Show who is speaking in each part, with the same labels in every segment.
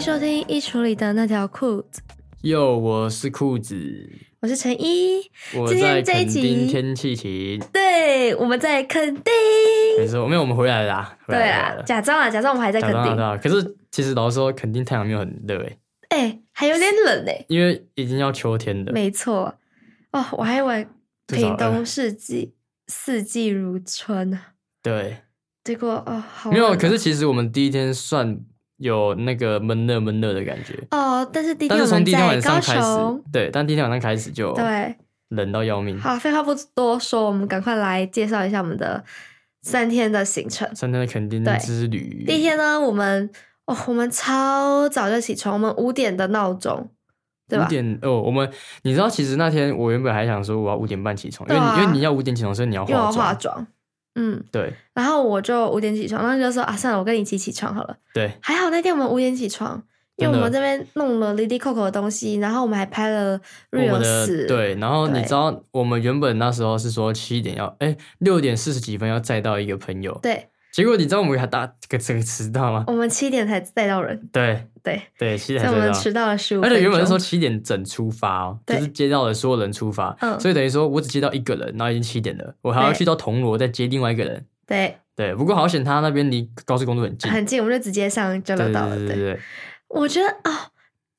Speaker 1: 收听衣橱里的那条裤子，
Speaker 2: 哟，我是裤子，
Speaker 1: 我是陈一。
Speaker 2: 我
Speaker 1: 今
Speaker 2: 在
Speaker 1: 天这一
Speaker 2: 垦丁
Speaker 1: 集
Speaker 2: 天气晴，
Speaker 1: 对，我们在垦丁。
Speaker 2: 没错，没有，我们回来了啦，回
Speaker 1: 对
Speaker 2: 来
Speaker 1: 啦
Speaker 2: 了，，
Speaker 1: 假装啊，假装我们还在垦
Speaker 2: 假装啊
Speaker 1: 丁
Speaker 2: 对。啊。可是其实老实说，垦丁太阳没有很热诶，
Speaker 1: 哎、还有点冷哎、
Speaker 2: 因为已经要秋天了，
Speaker 1: 没错，哦，我还以为
Speaker 2: 至少呃
Speaker 1: 屏东
Speaker 2: 二
Speaker 1: 四季四季如春呢，
Speaker 2: 对，
Speaker 1: 结果哦，好
Speaker 2: 没有。
Speaker 1: 冷
Speaker 2: 可
Speaker 1: 哦
Speaker 2: 是其实我们第一天算有那个闷热闷热的感觉，
Speaker 1: 哦，但是第一
Speaker 2: 但
Speaker 1: 天
Speaker 2: 是从
Speaker 1: 我们
Speaker 2: 第一天晚
Speaker 1: 在
Speaker 2: 上
Speaker 1: 高
Speaker 2: 开始哦
Speaker 1: 雄，，
Speaker 2: 对，但第一天晚上开始就
Speaker 1: 对，
Speaker 2: 冷到要命，
Speaker 1: 好，废话不多说，我们赶快来介绍一下我们的三天的行程。
Speaker 2: 三天的垦丁
Speaker 1: 对
Speaker 2: 之旅，
Speaker 1: 第一天呢，我们哦，我们超早就起床，我们五点的闹钟，对
Speaker 2: 五
Speaker 1: 吧？
Speaker 2: 点哦，我们你知道，其实那天我原本还想说我要五点半起床，因为你、
Speaker 1: 对啊
Speaker 2: 因为你要五点起床，所以你要
Speaker 1: 因为我
Speaker 2: 化
Speaker 1: 要化
Speaker 2: 妆。
Speaker 1: 妆，嗯，
Speaker 2: 对
Speaker 1: 然后我就五点起床，然后就说啊，算了，我跟你一起起床好了。
Speaker 2: 对
Speaker 1: 还好那天我们五点起床，因为我
Speaker 2: 真的
Speaker 1: 们这边弄了 Lady Coco 的东西，然后我们还拍了
Speaker 2: 我们的
Speaker 1: reels，，
Speaker 2: 对，然后你
Speaker 1: 对
Speaker 2: 知道我们原本那时候是说七点要，哎，六点四十几分要载到一个朋友，
Speaker 1: 对
Speaker 2: 结果你知道我们还搭这个这个迟到吗？
Speaker 1: 我们七点才载到人，
Speaker 2: 对
Speaker 1: 对，
Speaker 2: 对，七
Speaker 1: 所
Speaker 2: 点
Speaker 1: 以
Speaker 2: 才
Speaker 1: 我们
Speaker 2: 载
Speaker 1: 迟
Speaker 2: 到。
Speaker 1: 到了十五
Speaker 2: 而
Speaker 1: 分
Speaker 2: 且
Speaker 1: 钟。
Speaker 2: 原本是说七点整出发哦，就
Speaker 1: 对
Speaker 2: 是接到了所有人出发，
Speaker 1: 嗯
Speaker 2: 所以等于说我只接到一个人，然后已经七点了，我还要
Speaker 1: 对
Speaker 2: 去到铜锣再接另外一个人。
Speaker 1: 对，
Speaker 2: 对，不过好险他那边离高速公路很近，
Speaker 1: 很近，我们就直接上交
Speaker 2: 对对
Speaker 1: 流道了。
Speaker 2: 对对对。
Speaker 1: 我觉得哦，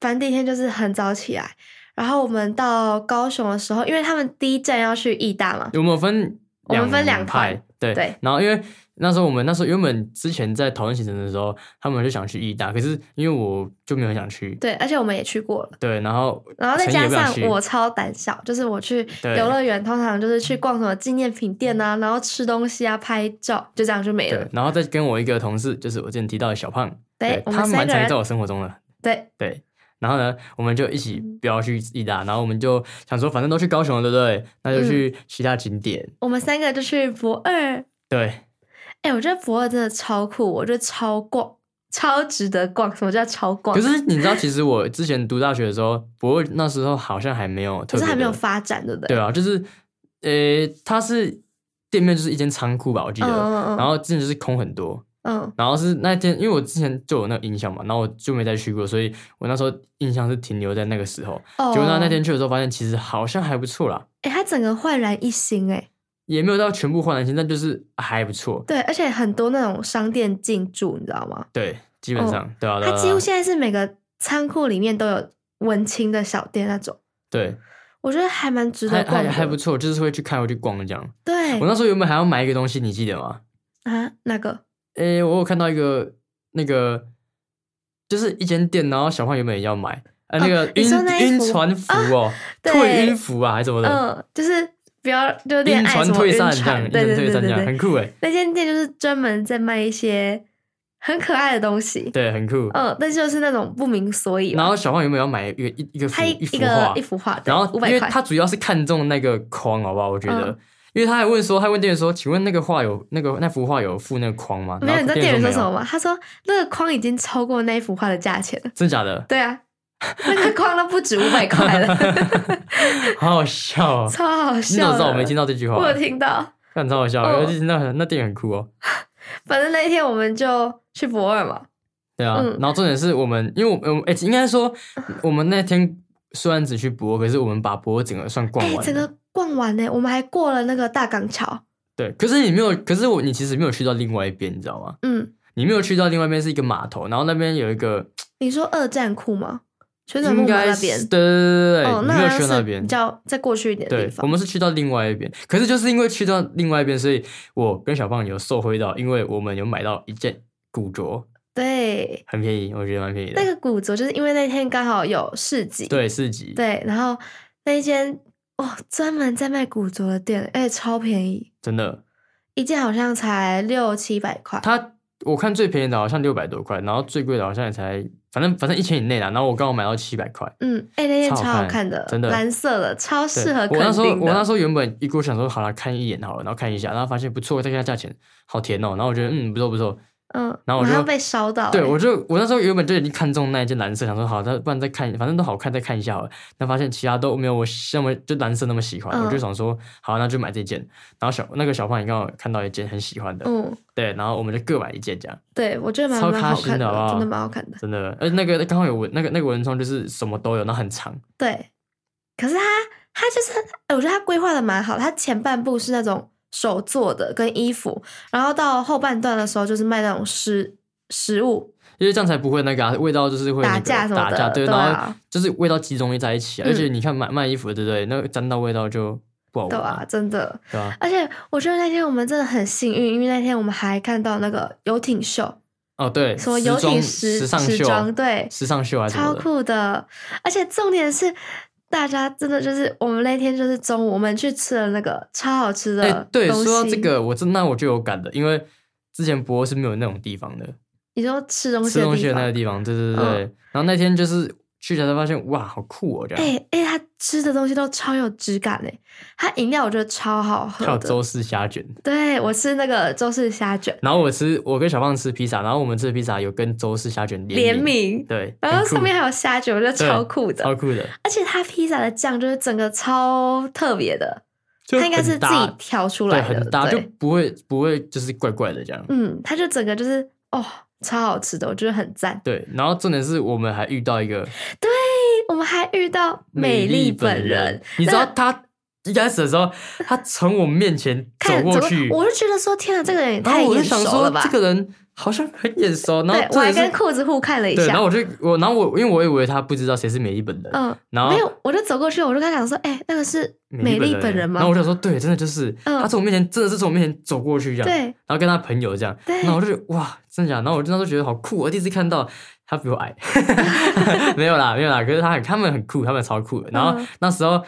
Speaker 1: 反正第一天就是很早起来，然后我们到高雄的时候，因为他们第一站要去义大嘛，
Speaker 2: 我们有分
Speaker 1: 我们分两
Speaker 2: 派
Speaker 1: 团，
Speaker 2: 对
Speaker 1: 对
Speaker 2: 然后因为那时候我们那时候原本之前在讨论行程的时候，他们就想去义大，可是因为我就没有很想去，
Speaker 1: 对，而且我们也去过了，
Speaker 2: 对，然后
Speaker 1: 然后再
Speaker 2: 陈也
Speaker 1: 加
Speaker 2: 不想
Speaker 1: 上
Speaker 2: 去
Speaker 1: 我超胆小，就是我去
Speaker 2: 对
Speaker 1: 游乐园通常就是去逛什么纪念品店啊，然后吃东西啊、拍照，就这样就没
Speaker 2: 对
Speaker 1: 了，。
Speaker 2: 然后再跟我一个同事，就是我之前提到的小胖，
Speaker 1: 对，我
Speaker 2: 他
Speaker 1: 们
Speaker 2: 蛮
Speaker 1: 三个
Speaker 2: 常在
Speaker 1: 人
Speaker 2: 我，生活中的，
Speaker 1: 对
Speaker 2: 对。然后呢，我们就一起不要去义大，然后我们就想说，反正都去高雄了，对不对？那就去
Speaker 1: 嗯
Speaker 2: 其他景点，
Speaker 1: 我们三个就去博二。
Speaker 2: 对，
Speaker 1: 哎、我觉得博二真的超酷，我觉得超逛，超值得逛。什么叫超逛？
Speaker 2: 可是你知道，其实我之前读大学的时候，不过那时候好像还没有特
Speaker 1: 可
Speaker 2: 别
Speaker 1: 是
Speaker 2: 的，
Speaker 1: 还没有发展，对不对？
Speaker 2: 对啊，就是呃，它是店面就是一间仓库吧，我记得。
Speaker 1: 嗯嗯嗯
Speaker 2: 然后之前就是空很多，
Speaker 1: 嗯，
Speaker 2: 然后是那天，因为我之前就有那个印象嘛，然后我就没再去过，所以我那时候印象是停留在那个时候。
Speaker 1: 哦，
Speaker 2: 结果到那天去的时候，发现其实好像还不错啦，
Speaker 1: 哎、它整个焕然一新哎、
Speaker 2: 也没有到全部焕然新，但就是还不错。
Speaker 1: 对，而且很多那种商店进驻，你知道吗？
Speaker 2: 对，基本上、对啊，对啊
Speaker 1: 哦它几
Speaker 2: 对
Speaker 1: 乎
Speaker 2: 啊
Speaker 1: 现在是每个仓库里面都有文青的小店那种，
Speaker 2: 对，
Speaker 1: 我觉得还蛮值得
Speaker 2: 还
Speaker 1: 逛
Speaker 2: 还
Speaker 1: 的。哎
Speaker 2: 还不错，就是会去看，会去逛这样。
Speaker 1: 对
Speaker 2: 我那时候原本还要买一个东西，你记得吗？
Speaker 1: 啊，那个
Speaker 2: 诶、我有看到一个那个，就是一间店，然后小胖原本也要买，呃，那个
Speaker 1: 哦你
Speaker 2: 晕
Speaker 1: 说那一
Speaker 2: 晕
Speaker 1: 幅啊
Speaker 2: 船服哦，
Speaker 1: 对
Speaker 2: 退晕服啊，还是什么的，
Speaker 1: 嗯，就是不要就恋
Speaker 2: 晕
Speaker 1: 爱
Speaker 2: 船
Speaker 1: 什么
Speaker 2: 退
Speaker 1: 晕
Speaker 2: 散
Speaker 1: 船，
Speaker 2: 这样，晕
Speaker 1: 对
Speaker 2: 船
Speaker 1: 对
Speaker 2: 退
Speaker 1: 对
Speaker 2: 散这
Speaker 1: 对
Speaker 2: 样，
Speaker 1: 对
Speaker 2: 很酷诶，
Speaker 1: 那间店就是专门在卖一些很可爱的东西，
Speaker 2: 对，很酷。
Speaker 1: 嗯，但是就是那种不明所以嘛，
Speaker 2: 然后小胖原本要买一个一一个幅
Speaker 1: 它一
Speaker 2: 一幅
Speaker 1: 个
Speaker 2: 画
Speaker 1: 一，幅画，
Speaker 2: 然后
Speaker 1: 五
Speaker 2: 因
Speaker 1: 百
Speaker 2: 为
Speaker 1: 块，
Speaker 2: 他主要是看中那个框，好不好？我觉得
Speaker 1: 嗯，
Speaker 2: 因为他还问说，他问店员说，请问那个画有那个那幅画有附那个框吗？
Speaker 1: 没有，你知道
Speaker 2: 员
Speaker 1: 店员说
Speaker 2: 没
Speaker 1: 什么
Speaker 2: 有，
Speaker 1: 吗？他说那个框已经超过那一幅画的价钱了。，
Speaker 2: 真假的
Speaker 1: 对啊，那个框都不止五百块了，
Speaker 2: 好好笑哦！
Speaker 1: 超好
Speaker 2: 你怎
Speaker 1: 笑
Speaker 2: 么
Speaker 1: 的。
Speaker 2: 知道我没啊听到这句话？
Speaker 1: 我有听到。
Speaker 2: 看超好笑，而
Speaker 1: 哦
Speaker 2: 且那那店员很酷哦。
Speaker 1: 反正那一天我们就去博尔嘛，
Speaker 2: 对啊，
Speaker 1: 嗯
Speaker 2: 然后重点是我们，因为我们哎、应该说我们那天虽然只去博，可是我们把博整个算逛
Speaker 1: 哎、
Speaker 2: 完了。
Speaker 1: 整个逛完呢、我们还过了那个大港桥，
Speaker 2: 对，可是你没有，可是我你其实没有去到另外一边，你知道吗？
Speaker 1: 嗯，
Speaker 2: 你没有去到另外一边是一个码头，然后那边有一个
Speaker 1: 你说二战库吗？泉水
Speaker 2: 应
Speaker 1: 木马
Speaker 2: 该
Speaker 1: 那
Speaker 2: 是
Speaker 1: 边，
Speaker 2: 对对对对对，
Speaker 1: 哦，
Speaker 2: 你没
Speaker 1: 那好
Speaker 2: 有
Speaker 1: 像
Speaker 2: 去到
Speaker 1: 是
Speaker 2: 那
Speaker 1: 比
Speaker 2: 边。
Speaker 1: 较再过去一点的
Speaker 2: 对
Speaker 1: 地，方
Speaker 2: 我。们是去到另外一边，可是就是因为去到另外一边，所以我跟小胖有受惠到，因为我们有买到一件古着，
Speaker 1: 对，
Speaker 2: 很便宜，我觉得蛮便宜的。
Speaker 1: 那个古着就是因为那天刚好有市集，
Speaker 2: 对市集，
Speaker 1: 对然后那一间哦专门在卖古着的店，哎、超便宜，
Speaker 2: 真的，
Speaker 1: 一件好像才六七百块。
Speaker 2: 它我看最便宜的好像六百多块，然后最贵的好像也才反正反正一千以内啦。然后我刚好买到七百块，
Speaker 1: 嗯，哎、那件
Speaker 2: 超
Speaker 1: 超
Speaker 2: 好
Speaker 1: 好
Speaker 2: 看
Speaker 1: 看的，
Speaker 2: 真的
Speaker 1: 蓝色的，超
Speaker 2: 对
Speaker 1: 适合
Speaker 2: 我
Speaker 1: 垦
Speaker 2: 那时候
Speaker 1: 丁
Speaker 2: 我那
Speaker 1: 的。
Speaker 2: 时候原本一过想说好了看一眼好了，然后看一下，然后发现不错，再看下价钱，好甜哦、然后我觉得嗯不错不错，
Speaker 1: 嗯，
Speaker 2: 然后我
Speaker 1: 马
Speaker 2: 就
Speaker 1: 上被烧到、
Speaker 2: 对
Speaker 1: 欸
Speaker 2: 我就我那时候原本就已经看中那一件蓝色，想说好，那不然再看，反正都好看，再看一下好了。但发现其他都没有我那么就蓝色那么喜欢，
Speaker 1: 嗯
Speaker 2: 我就想说好，那就买这件。然后小那个小胖也刚好看到一件很喜欢的，
Speaker 1: 嗯，
Speaker 2: 对，然后我们就各买一件这样，
Speaker 1: 对我觉得蛮
Speaker 2: 超
Speaker 1: 蛮
Speaker 2: 开
Speaker 1: 好
Speaker 2: 心
Speaker 1: 看
Speaker 2: 的好不好
Speaker 1: 真的蛮好看的。
Speaker 2: 真的。而且那个刚好有文那个那个文创就是什么都有，然后很长，
Speaker 1: 对，可是他他就是，哎我觉得他规划的蛮好的。他前半部是那种手做的跟衣服，然后到后半段的时候就是卖那种食食物，
Speaker 2: 因为这样才不会那个、啊、味道就是会、那个
Speaker 1: 打架什么的
Speaker 2: 打架，对，
Speaker 1: 对啊
Speaker 2: 然后就是味道集中在一起、啊，
Speaker 1: 嗯
Speaker 2: 而且你看买卖衣服对不对？那沾到味道就不好
Speaker 1: 对
Speaker 2: 闻、
Speaker 1: 啊，，真的。
Speaker 2: 对吧、啊？
Speaker 1: 而且我觉得那天我们真的很幸运，因为那天我们还看到那个游艇秀，
Speaker 2: 哦，对，
Speaker 1: 什么
Speaker 2: 时
Speaker 1: 游
Speaker 2: 装
Speaker 1: 艇
Speaker 2: 时
Speaker 1: 时
Speaker 2: 尚
Speaker 1: 时
Speaker 2: 秀啊，
Speaker 1: 装，对，
Speaker 2: 时尚秀还啊是什
Speaker 1: 超
Speaker 2: 么的，
Speaker 1: 酷的。而且重点是，大家真的就是我们那天就是中午我们去吃了那个超好吃
Speaker 2: 哎、
Speaker 1: 的
Speaker 2: 对，
Speaker 1: 东
Speaker 2: 说
Speaker 1: 西。
Speaker 2: 到这，个，我真那我就有感的，因为之前博是没有那种地方的，
Speaker 1: 你说吃东西
Speaker 2: 吃
Speaker 1: 的
Speaker 2: 东西
Speaker 1: 地
Speaker 2: 的
Speaker 1: 方嗯
Speaker 2: 那个，地方，对对对对。然后那天就是去才才发现，哇，好酷哦，这样。
Speaker 1: 哎哎、他吃的东西都超有质感哎，他饮料我觉得超好
Speaker 2: 还有
Speaker 1: 喝的。
Speaker 2: 周氏虾卷，
Speaker 1: 对，我吃那个周氏虾卷
Speaker 2: 然后我吃，我跟小胖吃披萨，然后我们吃的披萨有跟周氏虾卷
Speaker 1: 联
Speaker 2: 联名，
Speaker 1: 名，
Speaker 2: 对，
Speaker 1: 然后
Speaker 2: 很酷
Speaker 1: 上面还有虾卷，我觉得
Speaker 2: 对
Speaker 1: 超酷的。
Speaker 2: 超酷的，
Speaker 1: 而且它披萨的酱就是整个超特别的，
Speaker 2: 就
Speaker 1: 它应该是
Speaker 2: 很
Speaker 1: 自
Speaker 2: 搭
Speaker 1: 己调出来的，
Speaker 2: 对，很搭，就不会不会就是怪怪的这样。
Speaker 1: 嗯，它就整个就是哦，超好吃的，我觉得很赞。
Speaker 2: 对，然后重点是我们还遇到一个
Speaker 1: 我们还遇到美丽
Speaker 2: 丽
Speaker 1: 本
Speaker 2: 人
Speaker 1: 人，，
Speaker 2: 你知道他一开始的时候，他从我面前走
Speaker 1: 看
Speaker 2: 过去，
Speaker 1: 我就觉得说，天啊，这个人也
Speaker 2: 然
Speaker 1: 太
Speaker 2: 后我就
Speaker 1: 眼
Speaker 2: 想
Speaker 1: 熟了
Speaker 2: 说
Speaker 1: 吧？
Speaker 2: 这个人好像很眼熟，然后
Speaker 1: 对，我
Speaker 2: 重
Speaker 1: 还
Speaker 2: 点是
Speaker 1: 跟裤子互看了一
Speaker 2: 对，然
Speaker 1: 下
Speaker 2: 后，我就我，然后我因为我以为他不知道谁是美丽本人，
Speaker 1: 嗯，
Speaker 2: 然后
Speaker 1: 没有，我就走过去，我就跟他讲说，哎、那个是美丽本人吗
Speaker 2: 然后？我就想说，对，真的就是、
Speaker 1: 嗯
Speaker 2: 他从我面前，真的是从我面前走过去这样，
Speaker 1: 对
Speaker 2: 然后跟他朋友这样，
Speaker 1: 对
Speaker 2: 然后我就觉得哇，真的假的？然后我真的就觉得好酷，我第一次看到他比我矮， 没有啦，没有啦，可是他很，他们很酷，他们超酷的。然后
Speaker 1: 嗯
Speaker 2: 那时候，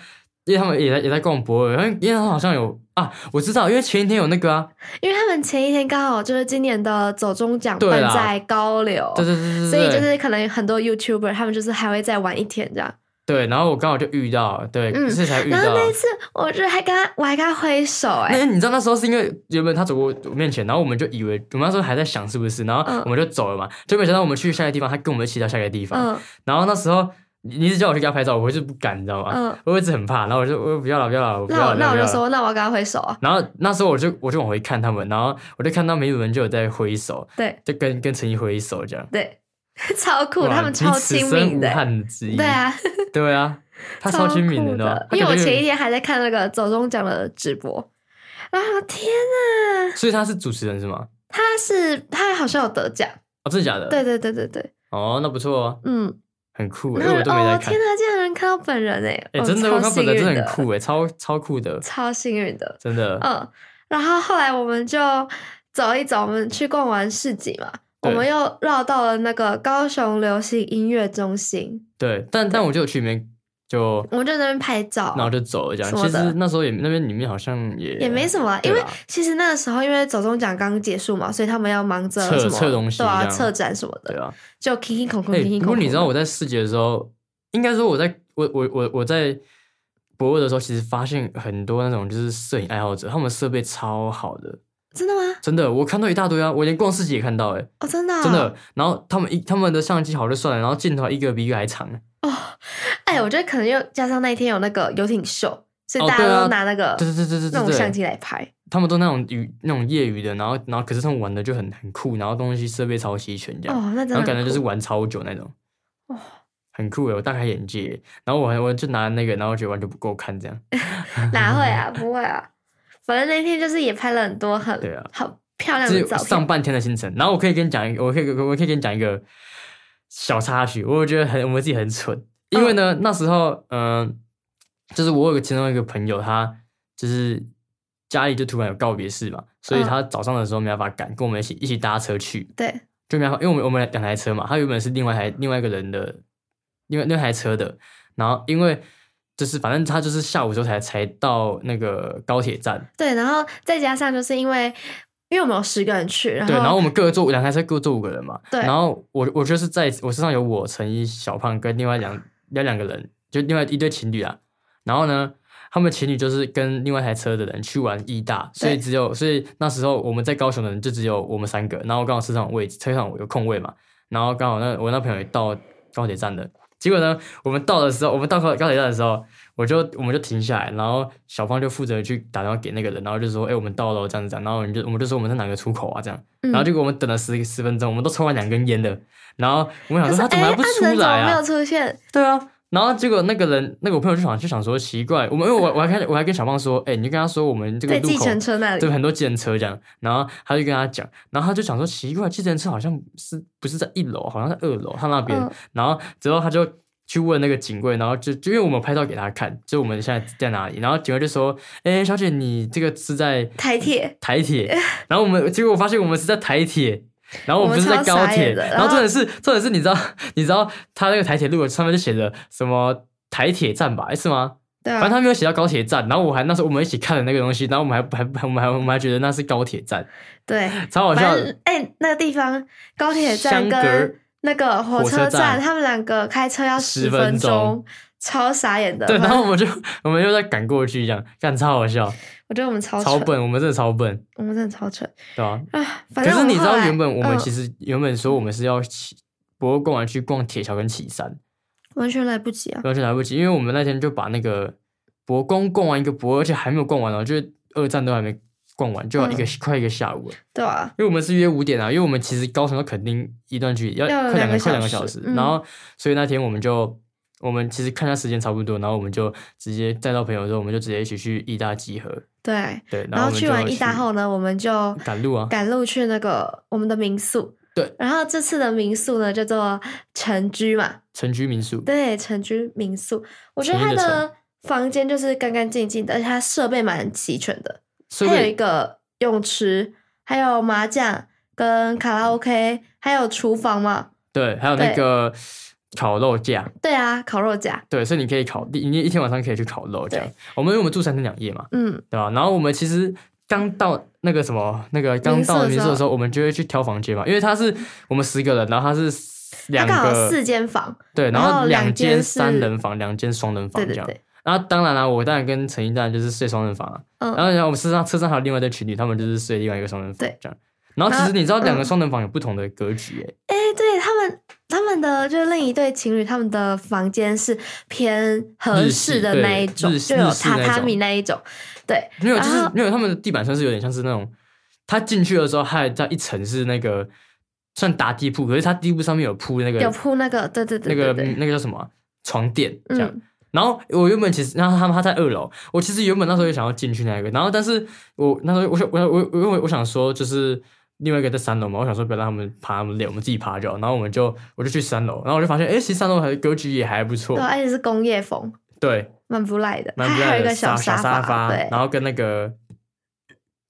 Speaker 2: 因为他们也在也在逛博尔，因为因为他们好像有啊，我知道，因为前一天有那个啊，
Speaker 1: 因为他们前一天刚好就是今年的走中奖
Speaker 2: 对
Speaker 1: 办
Speaker 2: 啦
Speaker 1: 在高流，
Speaker 2: 对对对对对，
Speaker 1: 所以就
Speaker 2: 对
Speaker 1: 是可能很多 YouTuber 他们就是还会再玩一天这样。
Speaker 2: 对，然后我刚好就遇到，对，
Speaker 1: 嗯
Speaker 2: 这才遇
Speaker 1: 然
Speaker 2: 到啊
Speaker 1: 后。那一次，我就还跟他，我还跟他挥手、哎、
Speaker 2: 那你知道那时候是因为原本他走过我面前，然后我们就以为我们那时候还在想是不是，然后
Speaker 1: 嗯
Speaker 2: 我们就走了嘛，就没想到我们去下一个地方，他跟我们一起到下一个地方，
Speaker 1: 嗯
Speaker 2: 然后那时候你你一直叫我去跟他拍照，我就是不敢，你知道吗？
Speaker 1: 嗯，
Speaker 2: 我一直很怕，然后我就我不要了，不要了，啊我不
Speaker 1: 那
Speaker 2: 要
Speaker 1: 我
Speaker 2: 了，
Speaker 1: 那我
Speaker 2: 不要
Speaker 1: 就
Speaker 2: 了。
Speaker 1: 说，那我要跟他挥手啊。
Speaker 2: 然后那时候我就我就往回看他们，然后我就看到美女们就有在挥手，
Speaker 1: 对
Speaker 2: 就跟跟陈毅挥手这样。
Speaker 1: 对， 超酷，
Speaker 2: 哇
Speaker 1: 他们
Speaker 2: 你
Speaker 1: 超
Speaker 2: 此
Speaker 1: 亲
Speaker 2: 生
Speaker 1: 民的、
Speaker 2: 无憾之一。
Speaker 1: 对，啊，
Speaker 2: 对啊，他超亲民你
Speaker 1: 酷
Speaker 2: 知道吗
Speaker 1: 的。因为我
Speaker 2: 他感觉
Speaker 1: 前一，天还在看那个走中奖的直播，然后天呐，
Speaker 2: 所以他是主持人是吗？
Speaker 1: 他是他好像有得奖，
Speaker 2: 哦，真的假的？
Speaker 1: 对。对对对对，
Speaker 2: 哦，那不错哦，
Speaker 1: 嗯，
Speaker 2: 很酷耶，
Speaker 1: 然
Speaker 2: 因
Speaker 1: 后
Speaker 2: 为
Speaker 1: 我
Speaker 2: 我
Speaker 1: 就
Speaker 2: 都没在
Speaker 1: 哦
Speaker 2: 看
Speaker 1: 天。呐，竟然能看到本人哎、
Speaker 2: 哎，
Speaker 1: 哦
Speaker 2: 真的，
Speaker 1: 超
Speaker 2: 我看本
Speaker 1: 幸
Speaker 2: 人
Speaker 1: 运
Speaker 2: 真的
Speaker 1: 的
Speaker 2: 很酷哎，超超酷的，
Speaker 1: 超幸运的，
Speaker 2: 真的。
Speaker 1: 嗯，然后后来我们就走一走，我们去逛完市集嘛，我
Speaker 2: 对
Speaker 1: 们又绕到了那个高雄流行音乐中心，
Speaker 2: 对，但但我就有去里面就
Speaker 1: 我们就在那边拍照，
Speaker 2: 然后就走了这样。
Speaker 1: 什么
Speaker 2: 其
Speaker 1: 的
Speaker 2: 实那时候也那边里面好像也
Speaker 1: 也没什么啊，因
Speaker 2: 对
Speaker 1: 为
Speaker 2: 啦
Speaker 1: 其实那个时候因为走中奖刚结束嘛，所以他们要忙着
Speaker 2: 测
Speaker 1: 什么
Speaker 2: 测东西
Speaker 1: 对啊，
Speaker 2: 这样
Speaker 1: 策展什么
Speaker 2: 对
Speaker 1: 的，
Speaker 2: 啊。
Speaker 1: 就 k i 孔孔
Speaker 2: 哎、
Speaker 1: k i
Speaker 2: 不
Speaker 1: 孔
Speaker 2: 过
Speaker 1: 孔。
Speaker 2: 你知道我在世界的时候，应该说我在我我我我在博尔的时候，其实发现很多那种就是摄影爱好者，他们设备超好的，
Speaker 1: 真的吗？
Speaker 2: 真的，我看到一大堆啊，我连逛市集也看到、欸，
Speaker 1: 哦，真的、
Speaker 2: 哎，真。的。然后他们一他们的相机好就算了，然后镜头一个比一个还长，啊
Speaker 1: 哎、我觉得可能又加上那一天有那个游艇秀，所以
Speaker 2: 哦
Speaker 1: 大
Speaker 2: 对啊
Speaker 1: 家都拿那个、
Speaker 2: 对对对对
Speaker 1: 那种
Speaker 2: 对
Speaker 1: 相
Speaker 2: 对，
Speaker 1: 机来拍。
Speaker 2: 他们都那种娱那种业余的，然后然后可是他们玩的就很很酷，然后东西设备超齐全这样。
Speaker 1: 哦，那真
Speaker 2: 然
Speaker 1: 的很
Speaker 2: 后感觉就是
Speaker 1: 酷
Speaker 2: 玩超久那种，
Speaker 1: 哇
Speaker 2: 很酷诶，我大开眼界。然后我还我就拿那个，然后觉得完全不够看这样。
Speaker 1: 哪会啊？不会啊！反正那天就是也拍了很多很
Speaker 2: 对啊
Speaker 1: 很漂亮
Speaker 2: 这
Speaker 1: 的
Speaker 2: 是
Speaker 1: 照
Speaker 2: 上
Speaker 1: 片。
Speaker 2: 半天的行程。然后我可以跟你讲一个，我可以我可以跟你讲一个小插曲，我觉得很我们自己很蠢，因为呢、那时候嗯、呃就是我有个其中一个朋友，他就是家里就突然有告别式嘛，所以
Speaker 1: 嗯
Speaker 2: 他早上的时候没办法赶，跟我们一起一起搭车去。
Speaker 1: 对，
Speaker 2: 就没办法，因为我们我们两台车嘛，他原本是另外一台另外一个人的，另外另外一台车的，然后因为就是反正他就是下午的时候才才到那个高铁站，
Speaker 1: 对，然后再加上就是因为因为我们有十个人去，然后
Speaker 2: 对，然后我们各坐两台车各坐五个人嘛，
Speaker 1: 对
Speaker 2: 然后我我就是在我身上有我陈一小胖跟另外两另外两个人，就另外一对情侣啊，然后呢，他们情侣就是跟另外一台车的人去玩义大，所以只有所以那时候我们在高雄的人就只有我们三个，然后刚好车上有位置，车上有空位嘛，然后刚好那我那朋友也到高铁站了，结果呢，我们到的时候，我们到高高铁站的时候，我就我们就停下来，然后小芳就负责去打电话给那个人，然后就说，哎、我们到了哦，这样子讲，然后人就我们就说我们在哪个出口啊，这样，
Speaker 1: 嗯
Speaker 2: 然后结果我们等了十十分钟，我们都抽完两根烟了，然后我们想
Speaker 1: 可
Speaker 2: 说
Speaker 1: 是
Speaker 2: 他怎么
Speaker 1: 哎
Speaker 2: 还不
Speaker 1: 啊
Speaker 2: 出
Speaker 1: 人怎
Speaker 2: 来
Speaker 1: 么没有
Speaker 2: 啊？
Speaker 1: 出现？
Speaker 2: 对啊。然后结果那个人，那个我朋友就想就想说奇怪，我们因为我我还跟我还跟小芳说，哎、你就跟他说我们这个
Speaker 1: 对，
Speaker 2: 路
Speaker 1: 计
Speaker 2: 口
Speaker 1: 程车那
Speaker 2: 对，
Speaker 1: 里，
Speaker 2: 很多计程车这样，然后他就跟他讲，然后他就想说奇怪，计程车好像是不是在一楼，好像在二楼，他那边，
Speaker 1: 嗯
Speaker 2: 然后之后他就去问那个警卫，然后就就因为我们拍照给他看，就我们现在在哪里，然后警卫就说，哎、小姐，你这个是在
Speaker 1: 台铁，
Speaker 2: 台 铁，然后我们结果我发现我们是在台铁。然后我们
Speaker 1: 我
Speaker 2: 不是
Speaker 1: 们
Speaker 2: 在
Speaker 1: 超
Speaker 2: 高
Speaker 1: 傻
Speaker 2: 铁，
Speaker 1: 眼的
Speaker 2: 然后重点是重点是你知道 你知道他那个台铁路上面就写着什么台铁站吧，诶哎是吗？
Speaker 1: 对
Speaker 2: 反正
Speaker 1: 啊，
Speaker 2: 他没有写到高铁站，然后我还那时候我们一起看了那个东西，然后我们还还我们还我们还觉得那是高铁站，
Speaker 1: 对，
Speaker 2: 超好笑
Speaker 1: 反
Speaker 2: 的。
Speaker 1: 正哎，那个地方高铁站
Speaker 2: 相隔
Speaker 1: 跟那个火
Speaker 2: 火车
Speaker 1: 车
Speaker 2: 站
Speaker 1: 站，他们两个开车要
Speaker 2: 10
Speaker 1: 十
Speaker 2: 分
Speaker 1: 分
Speaker 2: 钟
Speaker 1: 钟，超傻眼的。
Speaker 2: 对，
Speaker 1: 反
Speaker 2: 然
Speaker 1: 正
Speaker 2: 后我们就 我们又在赶过去，这样干超好笑，
Speaker 1: 我觉得我们超
Speaker 2: 超
Speaker 1: 蠢，
Speaker 2: 笨，我们真的超笨，
Speaker 1: 我们真的超蠢
Speaker 2: 对吧、
Speaker 1: 啊！反
Speaker 2: 可
Speaker 1: 正
Speaker 2: 是你知道
Speaker 1: 后来
Speaker 2: 原本我们
Speaker 1: 嗯
Speaker 2: 其实原本说我们是要骑博物馆去逛铁桥跟岐山，
Speaker 1: 完全来不及啊，
Speaker 2: 完全来不及，因为我们那天就把那个博光逛完一个博，而且还没有逛完哦，就是二站都还没逛完，就要一
Speaker 1: 嗯
Speaker 2: 个、快一个下午了。
Speaker 1: 对啊，
Speaker 2: 因为我们是约五点啊，因为我们其实高雄到垦丁一段距离要
Speaker 1: 要
Speaker 2: 快两
Speaker 1: 两
Speaker 2: 个
Speaker 1: 个
Speaker 2: 快两个
Speaker 1: 小
Speaker 2: 小
Speaker 1: 时
Speaker 2: 时，
Speaker 1: 嗯
Speaker 2: 然后所以那天我们就我们其实看一下时间差不多，然后我们就直接载到朋友之后，我们就直接一起去义大集合，
Speaker 1: 对。
Speaker 2: 对，
Speaker 1: 然
Speaker 2: 后
Speaker 1: 后
Speaker 2: 我们
Speaker 1: 去
Speaker 2: 就
Speaker 1: 完义大后呢，我们就
Speaker 2: 赶路啊，
Speaker 1: 赶路去那个我们的民宿。
Speaker 2: 对，
Speaker 1: 然后这次的民宿呢叫做城居嘛，
Speaker 2: 城居民宿，
Speaker 1: 对，城居民宿，我觉得
Speaker 2: 城
Speaker 1: 它
Speaker 2: 居的
Speaker 1: 的房间就是干干净净的，而且它设备蛮齐全的，
Speaker 2: 设
Speaker 1: 它有一
Speaker 2: 备
Speaker 1: 个泳池，还有麻将跟卡
Speaker 2: 嗯
Speaker 1: 拉 OK，还有厨房嘛，
Speaker 2: 对，还有那
Speaker 1: 对
Speaker 2: 个烤肉架，
Speaker 1: 对啊，烤肉架，
Speaker 2: 对，所以你可以烤，你你一天晚上可以去烤肉这样
Speaker 1: 对。
Speaker 2: 我们因为我们住三天两夜嘛，
Speaker 1: 嗯，
Speaker 2: 对吧？然后我们其实。刚到那个什么，那个刚
Speaker 1: 民宿
Speaker 2: 到
Speaker 1: 的
Speaker 2: 民
Speaker 1: 时
Speaker 2: 宿的
Speaker 1: 候
Speaker 2: 时候，我们就会去挑房间嘛，因为它是我们十个人，然后它是
Speaker 1: 它
Speaker 2: 两
Speaker 1: 刚好
Speaker 2: 个
Speaker 1: 四间房，
Speaker 2: 对，然
Speaker 1: 然
Speaker 2: 后
Speaker 1: 后
Speaker 2: 两
Speaker 1: 两间
Speaker 2: 间
Speaker 1: 是
Speaker 2: 三人房，两间双人房
Speaker 1: 对
Speaker 2: 这
Speaker 1: 对
Speaker 2: 样。
Speaker 1: 对，
Speaker 2: 然后当然啦、我当然跟陈一当然就是睡双人房啊。
Speaker 1: 嗯
Speaker 2: 然后然后我们车上车上还有另外一对情侣，他们就是睡另外一个双人房
Speaker 1: 对
Speaker 2: 这样。然后其
Speaker 1: 然
Speaker 2: 实
Speaker 1: 后
Speaker 2: 你知道，
Speaker 1: 嗯
Speaker 2: 两个双人房有不同的格局、欸，
Speaker 1: 哎、对他们，他们的就是另一对情侣，他们的房间是偏合
Speaker 2: 日
Speaker 1: 式
Speaker 2: 系
Speaker 1: 的
Speaker 2: 对
Speaker 1: 那一种，
Speaker 2: 日
Speaker 1: 就有
Speaker 2: 日式
Speaker 1: 榻
Speaker 2: 那一
Speaker 1: 榻
Speaker 2: 种
Speaker 1: 米那一种。对，
Speaker 2: 没有，就
Speaker 1: 然
Speaker 2: 是
Speaker 1: 后
Speaker 2: 没有，他们的地板算是有点像是那种，他进去的时候他还在一层是那个算打地铺，可是他地铺上面有铺那个
Speaker 1: 有铺那个，对对对
Speaker 2: 那
Speaker 1: 对
Speaker 2: 个
Speaker 1: 对，
Speaker 2: 那个叫什么啊、床垫这样。
Speaker 1: 嗯，
Speaker 2: 然后我原本其实，然后他们他在二楼，我其实原本那时候也想要进去那个，然后但是我那时候我想我我我我我想说就是另外一个在三楼嘛，我想说不要让他们爬那么累，我们自己爬就好。然后我们就我就去三楼，然后我就发现哎，诶其实三楼还格局也还不错
Speaker 1: 对，，啊而且是工业风，
Speaker 2: 对，
Speaker 1: 蛮不赖的，
Speaker 2: 蛮不
Speaker 1: 还
Speaker 2: 赖
Speaker 1: 有一
Speaker 2: 的
Speaker 1: 个
Speaker 2: 小
Speaker 1: 沙
Speaker 2: 沙
Speaker 1: 对，
Speaker 2: 然后跟那个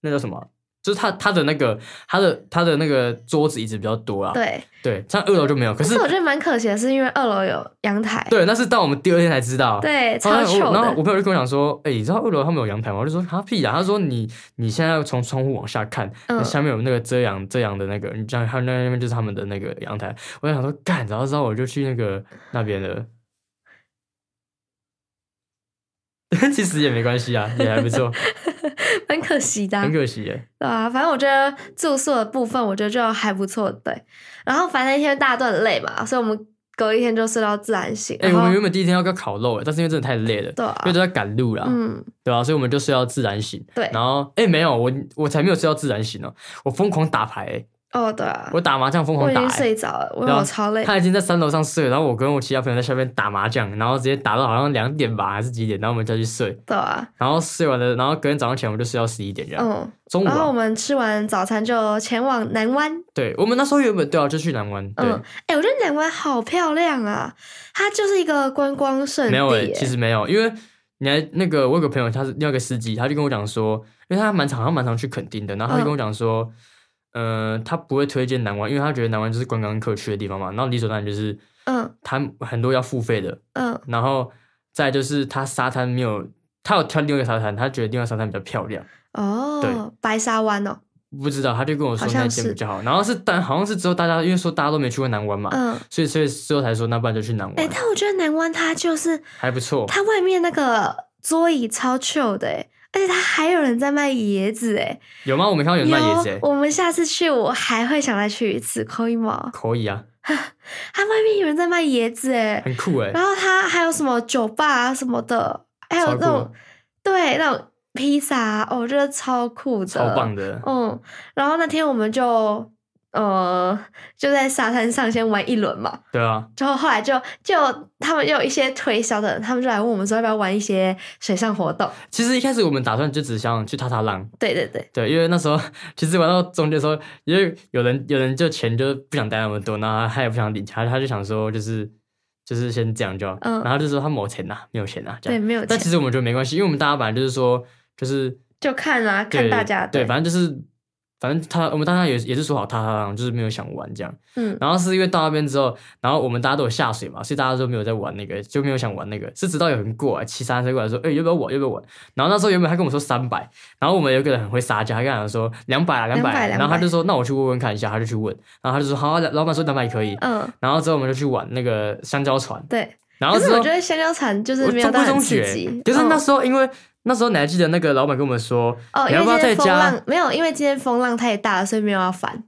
Speaker 2: 那叫什么啊，就是他他的那个他的他的那个桌子椅子比较多啊，
Speaker 1: 对。
Speaker 2: 对，像二楼就没有，可
Speaker 1: 但
Speaker 2: 是
Speaker 1: 是我觉得蛮可惜的是，因为二楼有阳台，
Speaker 2: 对，那是到我们第二天才知道，
Speaker 1: 对，
Speaker 2: 然
Speaker 1: 超
Speaker 2: 后我
Speaker 1: 糗
Speaker 2: 然后我
Speaker 1: 的，
Speaker 2: 朋友就跟我讲说，哎、你知道二楼他们有阳台吗？我就说他屁啦，他说你你现在要从窗户往下看，那
Speaker 1: 嗯
Speaker 2: 下面有那个遮阳遮阳的那个，你这样他那那边就是他们的那个阳台。我就想说干，然后之后我就去那个那边了。 其实也没关系啊，也还不错，
Speaker 1: 蛮可惜的啊、
Speaker 2: 很可惜耶。
Speaker 1: 对啊，反正我觉得住宿的部分，我觉得就还不错，对。然后反正那天大家都很累嘛，所以我们隔一天就睡到自然醒。
Speaker 2: 哎、
Speaker 1: 然
Speaker 2: 我
Speaker 1: 后
Speaker 2: 们原本第一天要要烤肉，但是因为真的太累了，
Speaker 1: 对啊
Speaker 2: 因为都在赶路啦，
Speaker 1: 嗯，
Speaker 2: 对吧、所以我们就睡到自然醒。
Speaker 1: 对，
Speaker 2: 然后，哎、没有，我我才没有睡到自然醒呢、哦我疯狂打牌、欸，
Speaker 1: 哦对啊，
Speaker 2: 我打麻将疯
Speaker 1: 我
Speaker 2: 狂
Speaker 1: 已
Speaker 2: 打、
Speaker 1: 经
Speaker 2: 欸，
Speaker 1: 睡着了，我
Speaker 2: 对啊
Speaker 1: 我超累，
Speaker 2: 他已经在三楼上睡了，然后我跟我其他朋友在下面打麻将，然后直接打到好像两点吧，还是几点，然后我们再去睡，
Speaker 1: 对啊，
Speaker 2: 然后睡完了，然后隔天早上起来我们就睡到十一点这样。
Speaker 1: 嗯。
Speaker 2: 中午、
Speaker 1: 然后我
Speaker 2: 啊，
Speaker 1: 们吃完早餐就前往南湾，
Speaker 2: 对我们那时候原本对啊就去南湾，对，
Speaker 1: 嗯，哎、我觉得南湾好漂亮啊，它就是一个观光胜地
Speaker 2: 没
Speaker 1: 嗯耶、
Speaker 2: 有诶、其实没有，因为你还那个我有个朋友他是另外一个司机，他就跟我讲说，因为他蛮常好像蛮常去垦丁的，然后他就
Speaker 1: 嗯
Speaker 2: 跟我讲说，呃，他不会推荐南湾，因为他觉得南湾就是观光客去的地方嘛，然后理所当然就是
Speaker 1: 嗯
Speaker 2: 他很多要付费的，
Speaker 1: 嗯，
Speaker 2: 然后再就是它沙滩没有，他有挑另外一个沙滩，他觉得另外一个沙滩比较漂亮，
Speaker 1: 哦
Speaker 2: 对，
Speaker 1: 白沙湾哦，
Speaker 2: 不知道他就跟我说
Speaker 1: 好像
Speaker 2: 那一间
Speaker 1: 是
Speaker 2: 比较好。然后是但好像是之后大家因为说大家都没去过南湾嘛，
Speaker 1: 嗯，哎
Speaker 2: 所以所以之后才说那不然就去南湾，
Speaker 1: 哎、但我觉得南湾它就是
Speaker 2: 哦还不错。
Speaker 1: 它外面那个桌椅超 chill 的哎，而且它还有人在卖椰子哎，
Speaker 2: 有吗？我没看到有人卖椰子、欸
Speaker 1: 有，我们下次去我还会想再去一次，可以吗？
Speaker 2: 可以啊，
Speaker 1: 它外面有人在卖椰子哎，
Speaker 2: 很酷哎、
Speaker 1: 然后它还有什么酒吧啊什么的，还有
Speaker 2: 超酷啊
Speaker 1: 那种对那种披萨啊，哦，我觉得超酷的，
Speaker 2: 超棒的。
Speaker 1: 嗯，然后那天我们就呃就在沙滩上先玩一轮嘛，
Speaker 2: 对啊，
Speaker 1: 然后后来就就他们有一些推销的人，他们就来问我们说要不要玩一些水上活动。
Speaker 2: 其实一开始我们打算就只想去踏踏浪，
Speaker 1: 对对对，
Speaker 2: 对，因为那时候 其实玩到中间的时候，因为有人有人就钱就不想带那么多，然后他也不想领钱，他他就想说就是就是先这样就好，
Speaker 1: 嗯
Speaker 2: 然后就说他没有钱呐、啊没有钱呐、这
Speaker 1: 对
Speaker 2: 样。
Speaker 1: 没有
Speaker 2: 但其
Speaker 1: 钱，
Speaker 2: 实我们觉得没关系，因为我们大家本来就是说就是
Speaker 1: 就看啦、看
Speaker 2: 对
Speaker 1: 大家
Speaker 2: 对，反正就是反正他我们大家也也是说好踏踏浪，就是没有想玩这样。
Speaker 1: 嗯，
Speaker 2: 然后是因为到那边之后，然后我们大家都有下水嘛，所以大家都没有在玩那个，就没有想玩那个。是直到有人过来，七三才过来说：“哎、要不要玩？要不要玩？”然后那时候原本他跟我说三百，然后我们有一个人很会杀价，他跟他讲说两百啊，两百、
Speaker 1: 200
Speaker 2: 然后他就说：“那我去问问看一下。”他就去问，然后他就说：“好、啊，老板说两百可以。
Speaker 1: 嗯，
Speaker 2: 然后之后我们就去玩那个香蕉船，
Speaker 1: 对。
Speaker 2: 然后
Speaker 1: 可
Speaker 2: 之
Speaker 1: 是
Speaker 2: 后
Speaker 1: 我觉得香蕉船就是
Speaker 2: 我
Speaker 1: 没有
Speaker 2: 中
Speaker 1: 到
Speaker 2: 规
Speaker 1: 很
Speaker 2: 中
Speaker 1: 刺
Speaker 2: 矩
Speaker 1: 激
Speaker 2: 欸，，就是那
Speaker 1: 嗯
Speaker 2: 时候因为。那时候你还记得那个老板跟我们说，
Speaker 1: 哦，
Speaker 2: 你
Speaker 1: 因
Speaker 2: 要
Speaker 1: 为
Speaker 2: 不要
Speaker 1: 今天
Speaker 2: 在
Speaker 1: 风浪
Speaker 2: 家？
Speaker 1: 没有，因为今天风浪太大了，所以没有要翻。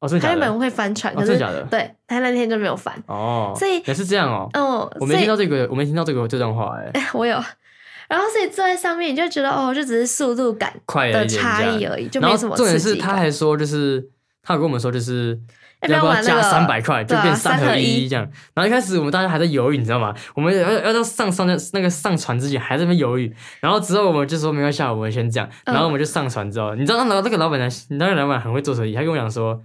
Speaker 2: 哦，真的
Speaker 1: 他
Speaker 2: 假
Speaker 1: 原本
Speaker 2: 的？
Speaker 1: 会翻船，
Speaker 2: 哦
Speaker 1: 可
Speaker 2: 真
Speaker 1: 是
Speaker 2: 的假的
Speaker 1: 对，他那天就没有翻。
Speaker 2: 哦，
Speaker 1: 所以
Speaker 2: 也是这样哦。
Speaker 1: 嗯，
Speaker 2: 我
Speaker 1: 所
Speaker 2: 没
Speaker 1: 以呃
Speaker 2: 听到这个，我没听到这个这段话哎，
Speaker 1: 我有。然后所以坐在上面，你就觉得哦，就只是速度感
Speaker 2: 快了
Speaker 1: 的
Speaker 2: 一点
Speaker 1: 差
Speaker 2: 这样
Speaker 1: 异而已，就
Speaker 2: 然
Speaker 1: 没
Speaker 2: 后
Speaker 1: 什么
Speaker 2: 重
Speaker 1: 刺
Speaker 2: 点是
Speaker 1: 激
Speaker 2: 他
Speaker 1: 感。哎
Speaker 2: 还说，就是他有跟我们说，就是
Speaker 1: 要不
Speaker 2: 要不要
Speaker 1: 要玩那
Speaker 2: 加
Speaker 1: 个
Speaker 2: 三百块，就
Speaker 1: 对啊
Speaker 2: 变
Speaker 1: 三
Speaker 2: 三
Speaker 1: 合
Speaker 2: 合
Speaker 1: 一
Speaker 2: 一这样。然后一开始我们大家还在犹豫，你知道吗？我们要要到上上那那个上船之前还在那边犹豫。然后之后我们就说没关系，啊，我们先这样。
Speaker 1: 嗯
Speaker 2: 然后我们就上船之后，你知道那老那个老板娘，你知道那个老板很会做生意，他跟我讲说。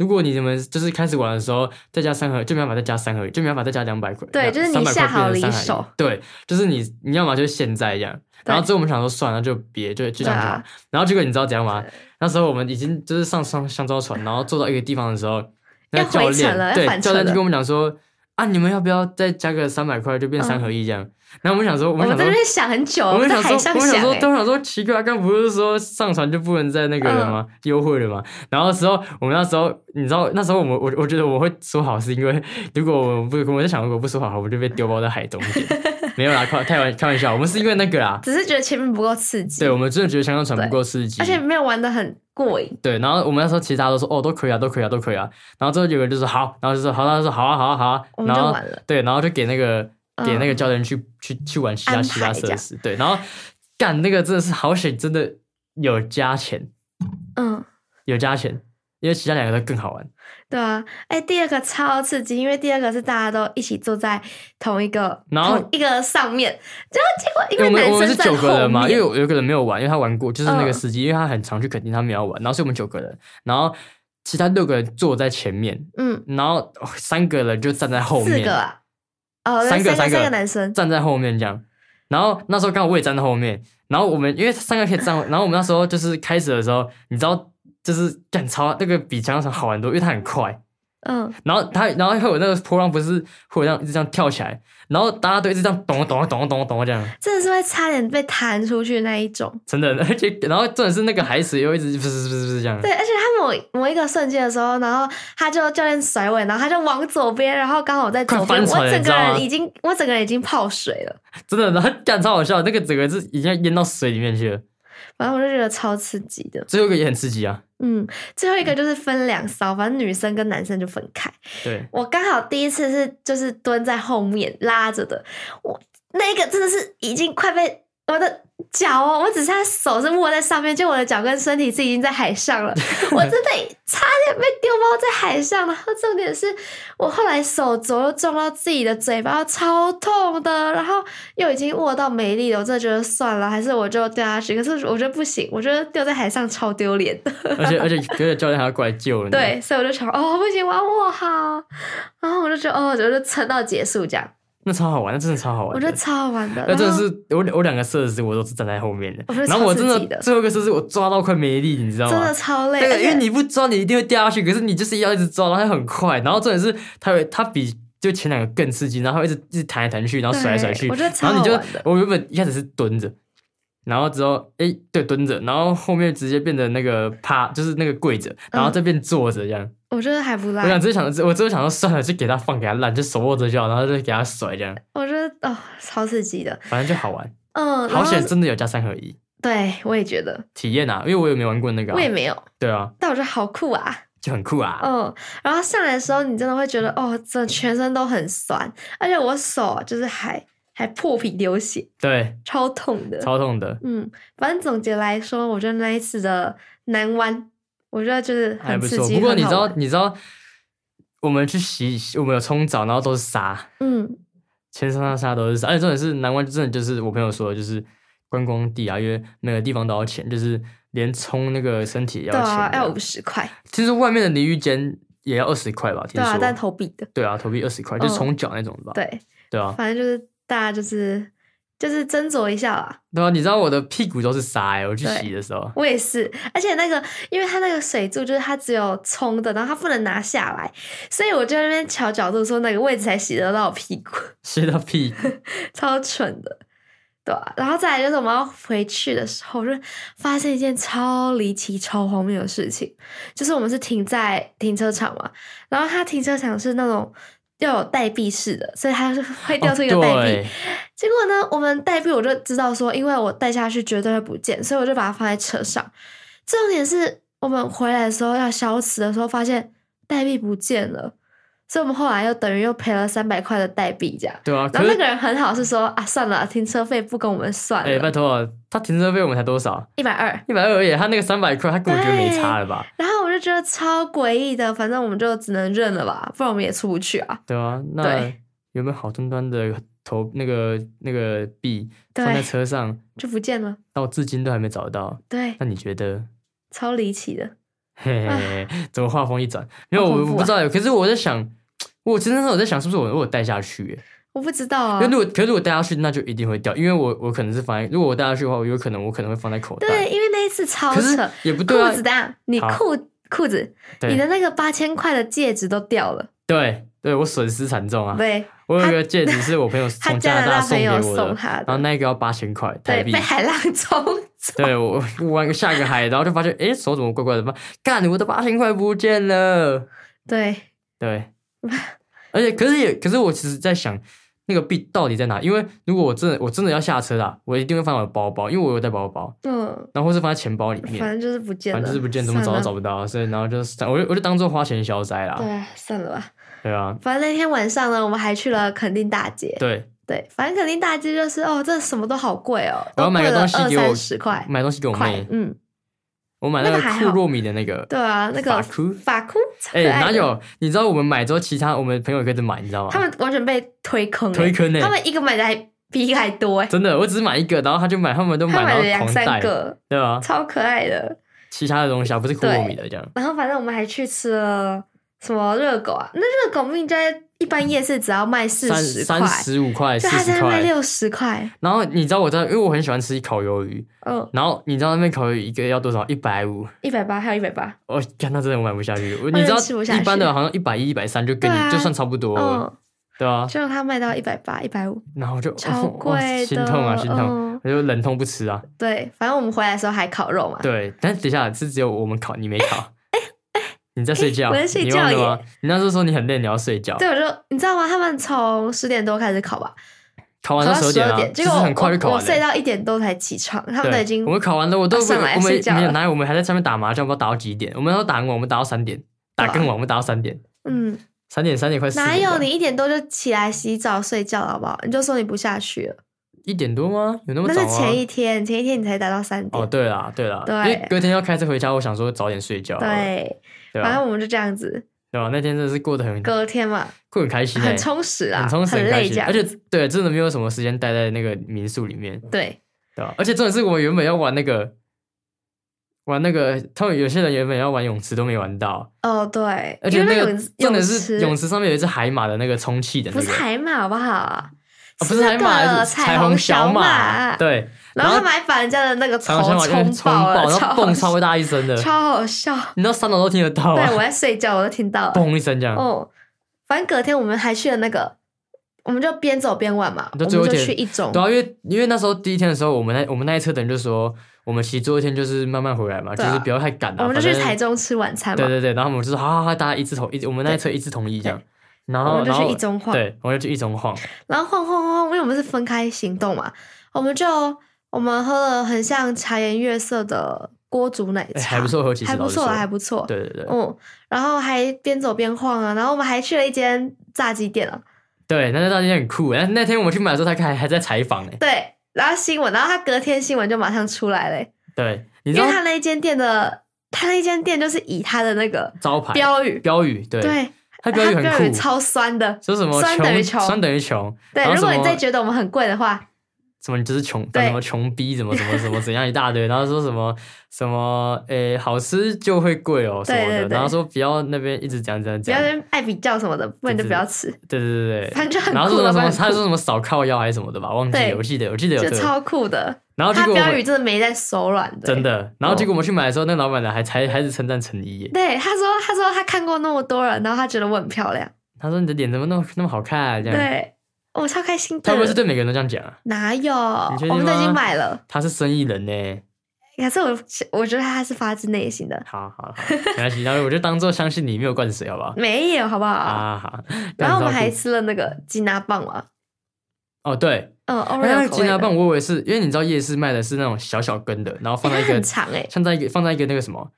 Speaker 2: 如果你们就是开始玩的时候再加三合，就没办法再加三合一，就没办法再加两百块。
Speaker 1: 对就是你
Speaker 2: 300块
Speaker 1: 下好
Speaker 2: 变成
Speaker 1: 离
Speaker 2: 3合一
Speaker 1: 手。
Speaker 2: 对，就是你你要么就是现在这样。
Speaker 1: 对
Speaker 2: 然后之后我们想说算了，就别就就这
Speaker 1: 对
Speaker 2: 样就好。
Speaker 1: 啊，
Speaker 2: 然后结果你知道怎样吗？那时候我们已经就是上上香蕉船，然后坐到一个地方的时候，那
Speaker 1: 要
Speaker 2: 个教
Speaker 1: 回程了
Speaker 2: 练
Speaker 1: 要
Speaker 2: 对
Speaker 1: 返
Speaker 2: 教
Speaker 1: 程
Speaker 2: 练就
Speaker 1: 了
Speaker 2: 跟我们讲说啊，你们要不要再加个三百块就变三合一这样？然后我们想说，我
Speaker 1: 我
Speaker 2: 们想
Speaker 1: 们在那
Speaker 2: 说。
Speaker 1: 边想很久，
Speaker 2: 我们
Speaker 1: 嗯在
Speaker 2: 想说，
Speaker 1: 海
Speaker 2: 我
Speaker 1: 上
Speaker 2: 们想
Speaker 1: 想
Speaker 2: 说，
Speaker 1: 欸
Speaker 2: 都想说奇怪，刚不是说上船就不能再那个了
Speaker 1: 嗯
Speaker 2: 吗？优惠了吗？然后之后，我们那时候，你知道，那时候我们我我觉得我会说好，是因为如果我们不，我在想，如果不说好，我们就被丢包在海中 间。没有啦，开开玩开玩笑，我们是因为那个啦，
Speaker 1: 只是觉得前面不够刺激，
Speaker 2: 对我们真的觉得香港船不够刺激，
Speaker 1: 而且没有玩的很过瘾。
Speaker 2: 对，然后我们那时候其实大家都说哦，都可以啊，都可以啊，都可以啊。然后之后有人就说好，然后就说好，他就说好啊，好啊，好啊。
Speaker 1: 我们
Speaker 2: 然
Speaker 1: 就
Speaker 2: 后
Speaker 1: 玩了
Speaker 2: 对，然后就给那个给那个
Speaker 1: 嗯
Speaker 2: 教练去、去去玩其他
Speaker 1: 安
Speaker 2: 其他
Speaker 1: 排这
Speaker 2: 设
Speaker 1: 样
Speaker 2: 施。对，然后干那个真的是好险，真的有加钱，
Speaker 1: 嗯，
Speaker 2: 有加钱，因为其他两个都更好玩。
Speaker 1: 对啊，哎，第二个超刺激，因为第二个是大家都一起坐在同一个
Speaker 2: 然后
Speaker 1: 同一个上面，然后结果因为
Speaker 2: 我们
Speaker 1: 男
Speaker 2: 我们是
Speaker 1: 生在
Speaker 2: 九个人
Speaker 1: 后
Speaker 2: 嘛，因为，
Speaker 1: 面
Speaker 2: 有有一个人没有玩，因为他玩过，就是那个
Speaker 1: 嗯
Speaker 2: 司机，因为他很常去垦丁，他没有玩，然后所以我们九个人，然后其他六个人坐在前面，
Speaker 1: 嗯，
Speaker 2: 然后哦三个人就站在后面。
Speaker 1: 四个啊，哦，对
Speaker 2: 三个
Speaker 1: 个
Speaker 2: 三
Speaker 1: 三
Speaker 2: 个
Speaker 1: 个男生，
Speaker 2: 站在后面这样。然后那时候刚好我也站在后面，然后我们因为三个可以站，然后我们那时候就是开始的时候，你知道就是干超那个比枪上好玩多，因为它很快。
Speaker 1: 嗯，
Speaker 2: 然后它，然后会有那个波浪，不是会有这样一直这样跳起来，然后大家都一直这样咚咚咚咚咚这样，
Speaker 1: 真的是会差点被弹出去那一种。
Speaker 2: 真的，而且然后重点是那个海水又一直不是不是不是这样，
Speaker 1: 对，而且他某某一个瞬间的时候，然后他就教练甩尾，然后他就往左边，然后刚好我在左
Speaker 2: 快翻
Speaker 1: 边，
Speaker 2: 船
Speaker 1: 我
Speaker 2: 了
Speaker 1: 整
Speaker 2: 你
Speaker 1: 个
Speaker 2: 知道吗
Speaker 1: 人已经，我整个人已经泡水了，
Speaker 2: 真的，然后干超好笑，那个整个是已经淹到水里面去了。
Speaker 1: 反正我就觉得超刺激的。
Speaker 2: 最后一个也很刺激啊，
Speaker 1: 嗯，最后一个就是分两艘，反正女生跟男生就分开。
Speaker 2: 对，
Speaker 1: 我刚好第一次是就是蹲在后面拉着的，我那个真的是已经快被我的脚哦，我只是他手是握在上面，就我的脚跟身体是已经在海上了，我真的差点被丢包在海上。然后重点是我后来手肘又撞到自己的嘴巴，超痛的，然后又已经握到没力了，我真的觉得算了，还是我就掉下去。可是我觉得不行，我觉得丢在海上超丢脸的。
Speaker 2: 而且而且而且教练还要过来救了你，
Speaker 1: 对，所以我就想，哦，不行，我要握好。然后我就觉得，哦，我就撑到结束这样，
Speaker 2: 那超好玩，那真的超好玩的。
Speaker 1: 我觉得超好玩的。
Speaker 2: 那真的
Speaker 1: 然后
Speaker 2: 是我我两个设施我都是站在后面的
Speaker 1: 我觉得，
Speaker 2: 然后
Speaker 1: 超
Speaker 2: 我
Speaker 1: 刺
Speaker 2: 真
Speaker 1: 激
Speaker 2: 的
Speaker 1: 的
Speaker 2: 最后一个设施我抓到快没力，你知道
Speaker 1: 真
Speaker 2: 吗
Speaker 1: 的？超累，而
Speaker 2: 对，因
Speaker 1: 且
Speaker 2: 为你不抓你一定会掉下去，可是你就是要一直抓，然后它很快，然后重点是它有它比就前两个更刺激，然后它会一直一直弹来弹去，然后甩来甩去
Speaker 1: 对我，觉得超
Speaker 2: 然后
Speaker 1: 好
Speaker 2: 你就
Speaker 1: 玩的。
Speaker 2: 我原本一开始是蹲着。然后之后，哎，对，蹲着，然后后面直接变成那个趴，就是那个跪着，然
Speaker 1: 嗯
Speaker 2: 后再变坐着这样。
Speaker 1: 我觉得还不赖
Speaker 2: 我，想，只是想，我只是想说，算了，就给他放，给他烂，就手握着就好，然后就给他甩这样，
Speaker 1: 我觉得哦，超刺激的。
Speaker 2: 反正就好玩。
Speaker 1: 嗯，
Speaker 2: 好
Speaker 1: 然
Speaker 2: 险
Speaker 1: 后
Speaker 2: 真的有加三合一
Speaker 1: 对我也觉得，
Speaker 2: 体验啊，因为我也没玩过那个、啊，
Speaker 1: 我也没有，
Speaker 2: 对啊，
Speaker 1: 但我觉得好酷啊。
Speaker 2: 就很酷啊，
Speaker 1: 嗯，然后上来的时候，你真的会觉得哦，整全身都很酸，而且我手就是还还破皮流血，
Speaker 2: 对，
Speaker 1: 超痛的。
Speaker 2: 超痛的，
Speaker 1: 嗯，反正总结来说，我觉得那一次的南湾，我觉得就是
Speaker 2: 还
Speaker 1: 很
Speaker 2: 不
Speaker 1: 刺
Speaker 2: 错。
Speaker 1: 激。
Speaker 2: 不过你
Speaker 1: 很
Speaker 2: 知
Speaker 1: 好
Speaker 2: 道，
Speaker 1: 玩，
Speaker 2: 你知道我们去洗，我们有冲澡，然后都是沙，
Speaker 1: 嗯，
Speaker 2: 全身上下都是沙，而且重点是南湾真的就是我朋友说的，就是观光地啊，因为每个地方都要钱，就是连冲那个身体也要
Speaker 1: 对
Speaker 2: 钱
Speaker 1: 啊，
Speaker 2: 的。
Speaker 1: 要五十块，
Speaker 2: 其实外面的淋浴间也要二十块吧，听
Speaker 1: 对
Speaker 2: 说。
Speaker 1: 啊，但投币的，
Speaker 2: 对啊，投币二十块，就是冲脚那种的吧。
Speaker 1: 对，
Speaker 2: 对啊，
Speaker 1: 反正就是大家就是就是斟酌一下啦。
Speaker 2: 对啊，你知道我的屁股都是沙哎、我去
Speaker 1: 对
Speaker 2: 洗的时候，
Speaker 1: 我也是，而且那个，因为它那个水柱就是它只有冲的，然后它不能拿下来，所以我就在那边调角度说哪个位置才洗得到我屁股，
Speaker 2: 洗到屁股。
Speaker 1: 超蠢的，对啊？然后再来就是我们要回去的时候，就发生一件超离奇、超荒谬的事情，就是我们是停在停车场嘛，然后它停车场是那种要有代币式的，所以它是会 掉出一个代
Speaker 2: 哦
Speaker 1: 币。
Speaker 2: 对
Speaker 1: 结果呢，我们带币我就知道说，因为我带下去绝对会不见，所以我就把它放在车上。重点是我们回来的时候要消磁的时候，发现代币不见了，所以我们后来又等于又赔了三百块的代币这样。
Speaker 2: 对啊，可
Speaker 1: 然后
Speaker 2: 是
Speaker 1: 那个人很好，是说啊，算了，停车费不跟我们算
Speaker 2: 哎、拜
Speaker 1: 了，
Speaker 2: 托、他停车费我们才多少？
Speaker 1: 一百二。
Speaker 2: 一百二而已，他那个三百块，他根本觉得没差了吧？
Speaker 1: 然后我就觉得超诡异的，反正我们就只能认了吧，不然我们也出不去啊。
Speaker 2: 对啊，那
Speaker 1: 对
Speaker 2: 有没有好端端的投那个那个币
Speaker 1: 对
Speaker 2: 放在车上，
Speaker 1: 就不见了。
Speaker 2: 到至今都还没找到？
Speaker 1: 对，
Speaker 2: 那你觉得？
Speaker 1: 超离奇的。
Speaker 2: 嘿嘿 嘿，怎么话锋一转？没有，
Speaker 1: 好
Speaker 2: 我
Speaker 1: 恐怖啊
Speaker 2: 我不知道。可是我在想，我真的是我在想，是不是我我有带下去、欸？
Speaker 1: 我不知道啊
Speaker 2: 因为。如果可是如果带下去，那就一定会掉，因为我我可能是放在，如果我带下去的话，我有可能我可能会放在口
Speaker 1: 对，
Speaker 2: 袋。
Speaker 1: 因为那一次超
Speaker 2: 哎可是
Speaker 1: 扯，
Speaker 2: 也不对啊
Speaker 1: 裤子，的，你
Speaker 2: 好
Speaker 1: 裤裤子，
Speaker 2: 对
Speaker 1: 你的那个八千块的戒指都掉了，
Speaker 2: 对对，我损失惨重啊！
Speaker 1: 对，
Speaker 2: 我有一个戒指是我朋友
Speaker 1: 他
Speaker 2: 从
Speaker 1: 加
Speaker 2: 加拿
Speaker 1: 拿
Speaker 2: 大
Speaker 1: 大
Speaker 2: 送
Speaker 1: 朋
Speaker 2: 给
Speaker 1: 友
Speaker 2: 我
Speaker 1: 送
Speaker 2: 的，
Speaker 1: 他
Speaker 2: 然后
Speaker 1: 的，
Speaker 2: 那个要八千块台
Speaker 1: 对，
Speaker 2: 币
Speaker 1: 被。海浪冲走，
Speaker 2: 对我我玩个下个海，然后就发现，诶，手怎么怪怪的？发干，我的八千块不见了。
Speaker 1: 对，
Speaker 2: 对，而且可是也可是我其实在想，那个币到底在哪？因为如果我真的我真的要下车啦，我一定会放在我的包包，因为我有带包包，
Speaker 1: 嗯，
Speaker 2: 然后或是放在钱包里面
Speaker 1: 反。正就是不见
Speaker 2: 反
Speaker 1: 了，
Speaker 2: 正就是不见，怎么找都
Speaker 1: 算
Speaker 2: 找
Speaker 1: 了
Speaker 2: 不到，所以然后就是我就我就当做花钱消灾啦，
Speaker 1: 对，算了吧。
Speaker 2: 对啊，
Speaker 1: 反正那天晚上呢，我们还去了垦丁大街，
Speaker 2: 对，
Speaker 1: 对，反正垦丁大街就是哦，这什么都好贵哦，
Speaker 2: 我要买个东西给我
Speaker 1: 二三十块，
Speaker 2: 买东西给我
Speaker 1: 块
Speaker 2: 妹，，
Speaker 1: 嗯，
Speaker 2: 我买那个
Speaker 1: 那个还好
Speaker 2: 酷糯米的那个，
Speaker 1: 对啊，那个
Speaker 2: 法裤
Speaker 1: 法裤，
Speaker 2: 哎，
Speaker 1: 超可爱的
Speaker 2: 哪？有？你知道我们买之后，其他我们朋友也跟着买，你知道吗？
Speaker 1: 他们完全被推坑，欸
Speaker 2: 推坑呢
Speaker 1: 他，们一个买的还比一个还多哎，
Speaker 2: 真的，我只买一个，然后他就买，他们都
Speaker 1: 他买
Speaker 2: 然
Speaker 1: 了
Speaker 2: 后
Speaker 1: 两
Speaker 2: 狂
Speaker 1: 三
Speaker 2: 带，啊
Speaker 1: 个，
Speaker 2: 对吧？
Speaker 1: 超可爱的。
Speaker 2: 其他的东西啊，不是酷糯米的这样，
Speaker 1: 然后反正我们还去吃了什么热狗啊，那热狗明明在一般夜市只要卖四
Speaker 2: 三
Speaker 1: 十
Speaker 2: 三
Speaker 1: 块，
Speaker 2: 十五块、四
Speaker 1: 就他在
Speaker 2: 十
Speaker 1: 那卖
Speaker 2: 块，
Speaker 1: 六十块，
Speaker 2: 然后你知道我在，因为我很喜欢吃烤鱿鱼，
Speaker 1: 嗯，
Speaker 2: 然后你知道那边烤鱿鱼一个要多少？一百五。
Speaker 1: 一百八还有一百八，
Speaker 2: 我看那真的我买不下去， 我
Speaker 1: 完全
Speaker 2: 你知道
Speaker 1: 吃不下去
Speaker 2: 一般的好像一百一、一百三就跟你、
Speaker 1: 对啊
Speaker 2: 就算差不多了，
Speaker 1: 嗯，
Speaker 2: 对啊，
Speaker 1: 就他卖到一百八、一百五，
Speaker 2: 然后我就
Speaker 1: 超
Speaker 2: 哦
Speaker 1: 贵的
Speaker 2: 心痛啊，心痛，
Speaker 1: 嗯
Speaker 2: 我就忍痛不吃啊。
Speaker 1: 对，反正我们回来的时候还烤肉嘛，
Speaker 2: 对，但是等一下是只有我们考，你没 考，你在睡觉，
Speaker 1: 我在睡
Speaker 2: 你忘
Speaker 1: 觉
Speaker 2: 了吗？你那时候说你很累，你要睡觉，
Speaker 1: 对，我就你知道吗？他们从十点多开始烤吧，
Speaker 2: 考
Speaker 1: 烤
Speaker 2: 完
Speaker 1: 到
Speaker 2: 到十
Speaker 1: 十
Speaker 2: 二点
Speaker 1: 二
Speaker 2: 啊，就
Speaker 1: 点，结
Speaker 2: 是
Speaker 1: 果我
Speaker 2: 很快就考
Speaker 1: 我我
Speaker 2: 完
Speaker 1: 睡
Speaker 2: 了。
Speaker 1: 到一点多才起床，他们都
Speaker 2: 对
Speaker 1: 已经
Speaker 2: 我们考完了，我都
Speaker 1: 要上来
Speaker 2: 我们
Speaker 1: 睡觉
Speaker 2: 没有
Speaker 1: 了
Speaker 2: 哪有我们还在上面打麻将，不知道打到几点。我们要打完我们打到三点，打更晚我们打到三点，
Speaker 1: 嗯，
Speaker 2: 三点三点快四
Speaker 1: 哪
Speaker 2: 点了。
Speaker 1: 有你一点多就起来洗澡睡觉了好不好？你就说你不下去了，
Speaker 2: 一点多吗？有那么
Speaker 1: 那
Speaker 2: 早吗？
Speaker 1: 是前一天，前一天你才达到三
Speaker 2: 哦，
Speaker 1: 点，
Speaker 2: 对啦，对啦，
Speaker 1: 对
Speaker 2: 因为隔天要开车回家，我想说早点睡觉。，
Speaker 1: 对，
Speaker 2: 哦对啊
Speaker 1: 反
Speaker 2: 吧？
Speaker 1: 正我们就这样子，
Speaker 2: 对吧？那天真的是过得很过
Speaker 1: 隔天嘛，
Speaker 2: 得很开心、欸，
Speaker 1: 很充实啊，
Speaker 2: 很充实，很开
Speaker 1: 累这
Speaker 2: 心。
Speaker 1: 样，
Speaker 2: 而且对，真的没有什么时间待在那个民宿里面，
Speaker 1: 对，
Speaker 2: 对吧？而且重点是我们原本要玩那个玩那个，他们有些人原本要玩泳池都没玩到，
Speaker 1: 哦对，
Speaker 2: 而且
Speaker 1: 因为
Speaker 2: 那个
Speaker 1: 泳池
Speaker 2: 重点
Speaker 1: 池
Speaker 2: 是泳池上面有一只海马的那个充气的那
Speaker 1: 不是
Speaker 2: 个。
Speaker 1: 海马好不好？
Speaker 2: 啊不是海马，
Speaker 1: 那个
Speaker 2: 是
Speaker 1: 彩
Speaker 2: 虹
Speaker 1: 虹
Speaker 2: 小
Speaker 1: 小
Speaker 2: 马。
Speaker 1: 马，，
Speaker 2: 对，
Speaker 1: 然
Speaker 2: 然
Speaker 1: 后他
Speaker 2: 后
Speaker 1: 们还把人家的那个
Speaker 2: 彩
Speaker 1: 头
Speaker 2: 虹小马就
Speaker 1: 冲
Speaker 2: 冲
Speaker 1: 爆了，
Speaker 2: 然后蹦
Speaker 1: 超
Speaker 2: 超大一声的，
Speaker 1: 超好笑。
Speaker 2: 你知道三楼都听得到
Speaker 1: 对，我
Speaker 2: 啊，
Speaker 1: 在睡觉，我都听到了。
Speaker 2: 嘣一声这样。
Speaker 1: 哦，反正隔天我们还去了那个，我们就边走边玩嘛，我
Speaker 2: 就
Speaker 1: 们
Speaker 2: 最后
Speaker 1: 就
Speaker 2: 一天
Speaker 1: 去一中
Speaker 2: 对，啊，因为因为那时候第一天的时候，我们那我们那一车的人就说，我们其实最后一天就是慢慢回来嘛，就
Speaker 1: 对啊
Speaker 2: 是不要太赶了、
Speaker 1: 我们就去
Speaker 2: 反正
Speaker 1: 台中吃晚餐嘛
Speaker 2: 对，对对，然后我们就说好好好，大家一致同一，我们那一车一致同意这样。然
Speaker 1: 我
Speaker 2: 后
Speaker 1: 们就
Speaker 2: 然
Speaker 1: 去
Speaker 2: 后
Speaker 1: 一中晃，
Speaker 2: 对，我们就去一中晃，
Speaker 1: 然后晃晃晃，因为我们是分开行动嘛，我们就我们喝了很像茶颜悦色的锅煮奶茶，
Speaker 2: 哎还不错喝其实
Speaker 1: 还不错
Speaker 2: 老实
Speaker 1: 啦，
Speaker 2: 说
Speaker 1: 还不错。
Speaker 2: 对对对、
Speaker 1: 嗯，然后还边走边晃啊，然后我们还去了一间炸鸡店啊，
Speaker 2: 对，那那那天很酷。哎那那天我们去买的时候，他还还在采访呢。
Speaker 1: 对，然后新闻，然后他隔天新闻就马上出来嘞、
Speaker 2: 对，你知
Speaker 1: 因
Speaker 2: 道
Speaker 1: 为他那一间店的，他那一间店就是以他的那个
Speaker 2: 招牌
Speaker 1: 标语，
Speaker 2: 标语，对，
Speaker 1: 对，
Speaker 2: 他标语
Speaker 1: 他
Speaker 2: 很
Speaker 1: 标语
Speaker 2: 酷，
Speaker 1: 超酸的，
Speaker 2: 说什么
Speaker 1: 酸等于穷
Speaker 2: 酸等于穷，
Speaker 1: 对
Speaker 2: 然，后
Speaker 1: 如果
Speaker 2: 什
Speaker 1: 你
Speaker 2: 么
Speaker 1: 再觉得我们很贵的话，
Speaker 2: 什么你就是穷，
Speaker 1: 对
Speaker 2: 什么穷逼，什么什么什么怎样一大堆，然后说什么什么诶、好吃就会贵哦什么的，
Speaker 1: 对对对
Speaker 2: 然后说不要那边一直讲讲
Speaker 1: 不
Speaker 2: 讲
Speaker 1: 要，跟爱比较什么的，不然就不要吃，
Speaker 2: 对对对对，
Speaker 1: 反正 就很
Speaker 2: 然后
Speaker 1: 酷
Speaker 2: 说
Speaker 1: 了
Speaker 2: 什
Speaker 1: 反
Speaker 2: 么
Speaker 1: 正很
Speaker 2: 他
Speaker 1: 酷
Speaker 2: 说什么少靠腰还是什么的吧，忘记
Speaker 1: 对
Speaker 2: 了，我记得我记得有
Speaker 1: 就
Speaker 2: 这个，
Speaker 1: 超酷的。
Speaker 2: 然后结
Speaker 1: 他
Speaker 2: 果我
Speaker 1: 标语
Speaker 2: 们
Speaker 1: 真的没在手软的，
Speaker 2: 真。的，然后
Speaker 1: 哦
Speaker 2: 结果我们去买的时候，那老板娘还才还是称赞陈怡耶，
Speaker 1: 对，他说，他说他看过那么多人，然后他觉得我很漂亮。
Speaker 2: 他说你的脸怎么那么那么好看、啊这样，
Speaker 1: 对，我超开心
Speaker 2: 他
Speaker 1: 的
Speaker 2: 会。不会是对每个人都这样讲啊？
Speaker 1: 哪有？
Speaker 2: 你确定
Speaker 1: 我们都已经
Speaker 2: 吗
Speaker 1: 买了。
Speaker 2: 他是生意人呢，
Speaker 1: 可是我我觉得他是发自内心的，
Speaker 2: 好 好好，没关系，然后我就当做相信你没有灌水，好 不好？
Speaker 1: 没有，嗯好不好？
Speaker 2: 啊好，
Speaker 1: 然后我们
Speaker 2: 那
Speaker 1: 还
Speaker 2: 你知
Speaker 1: 吃了那个吉拿棒嘛，
Speaker 2: 道哦对，
Speaker 1: 嗯，o
Speaker 2: 哎那个
Speaker 1: r
Speaker 2: 吉拿棒，我以为是因为你知道夜市卖的是那种小小根的，然后放在一
Speaker 1: 它
Speaker 2: 个
Speaker 1: 很长哎、
Speaker 2: 像在一个放在一个那个什么，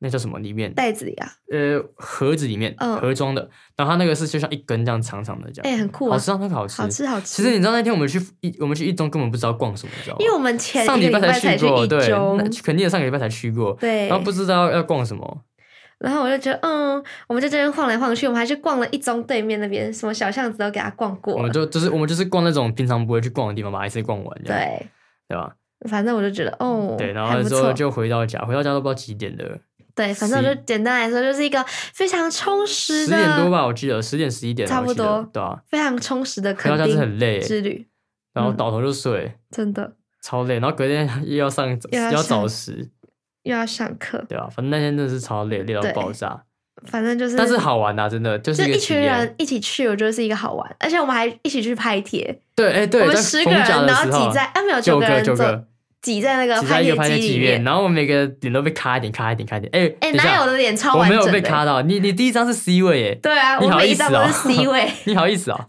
Speaker 2: 那叫什么里面，
Speaker 1: 袋子里啊，
Speaker 2: 呃盒子里面
Speaker 1: 嗯
Speaker 2: 盒装的，然后它那个是就像一根这样长长的这
Speaker 1: 哎、
Speaker 2: 样，
Speaker 1: 很酷啊
Speaker 2: 好，吃啊那个好吃
Speaker 1: 好。吃好吃。
Speaker 2: 其实你知道那天我们去一我们去一中根本不知道逛什么，你知道吗？
Speaker 1: 因为我们前一个
Speaker 2: 上礼
Speaker 1: 礼
Speaker 2: 才
Speaker 1: 才去
Speaker 2: 过，
Speaker 1: 一
Speaker 2: 对，
Speaker 1: 中
Speaker 2: 那，肯定也上个礼拜才去过，
Speaker 1: 对，
Speaker 2: 然后不知道要逛什么，
Speaker 1: 然后我就觉得，嗯，我们在这边晃来晃去，我们还去逛了一中对面那边什么小巷子都给他逛
Speaker 2: 我
Speaker 1: 过
Speaker 2: 们
Speaker 1: 了，
Speaker 2: 就就是我们就是逛那种平常不会去逛的地方，把 IC 逛完，这样
Speaker 1: 对，
Speaker 2: 对吧？
Speaker 1: 反正我就觉得，哦，
Speaker 2: 嗯对，然
Speaker 1: 还
Speaker 2: 后
Speaker 1: 不
Speaker 2: 之后
Speaker 1: 错，
Speaker 2: 就回到家，回到家都不知道几点了，
Speaker 1: 对，反正我
Speaker 2: 十
Speaker 1: 就简单来说，就是一个非常充实
Speaker 2: 十
Speaker 1: 的，
Speaker 2: 点多吧，我记得十点十一点，
Speaker 1: 差不
Speaker 2: 我记得
Speaker 1: 多
Speaker 2: 对啊，
Speaker 1: 非常充实的
Speaker 2: 回
Speaker 1: 肯
Speaker 2: 到家是
Speaker 1: 定
Speaker 2: 很累，
Speaker 1: 之旅，
Speaker 2: 然后
Speaker 1: 嗯
Speaker 2: 倒头就睡，
Speaker 1: 真的
Speaker 2: 超累，然后隔天 又要上
Speaker 1: 又要
Speaker 2: 要
Speaker 1: 上
Speaker 2: 早十，
Speaker 1: 又要上课，
Speaker 2: 对吧？啊反正那天真的是超累，累到
Speaker 1: 对
Speaker 2: 爆炸，
Speaker 1: 反正就是，
Speaker 2: 但是好玩啊，真的就是
Speaker 1: 就
Speaker 2: 一个
Speaker 1: 一
Speaker 2: 体
Speaker 1: 群人
Speaker 2: 验。
Speaker 1: 一起去，我觉得是一个好玩，而且我们还一起去拍贴，
Speaker 2: 对，哎，对，
Speaker 1: 我们
Speaker 2: 在
Speaker 1: 十个
Speaker 2: 逢
Speaker 1: 人，
Speaker 2: 甲的
Speaker 1: 然后
Speaker 2: 时候
Speaker 1: 挤在啊没有
Speaker 2: 九
Speaker 1: 个人
Speaker 2: 九
Speaker 1: 走
Speaker 2: 个，
Speaker 1: 挤在那个
Speaker 2: 挤在一个拍
Speaker 1: 贴
Speaker 2: 贴
Speaker 1: 机
Speaker 2: 机
Speaker 1: 里面，
Speaker 2: 然后我们每个脸都被卡一点，卡一点，卡一点。哎
Speaker 1: 哎、
Speaker 2: 等一下
Speaker 1: 哪有的脸超
Speaker 2: 我
Speaker 1: 完
Speaker 2: 没有
Speaker 1: 整
Speaker 2: 被
Speaker 1: 的、
Speaker 2: 卡到，你你第一张是 C 位耶，
Speaker 1: 对啊，
Speaker 2: 你
Speaker 1: 我
Speaker 2: 好
Speaker 1: 每
Speaker 2: 意
Speaker 1: 一
Speaker 2: 思
Speaker 1: 张都
Speaker 2: 哦
Speaker 1: 是 C 位，
Speaker 2: 你好意思 哦，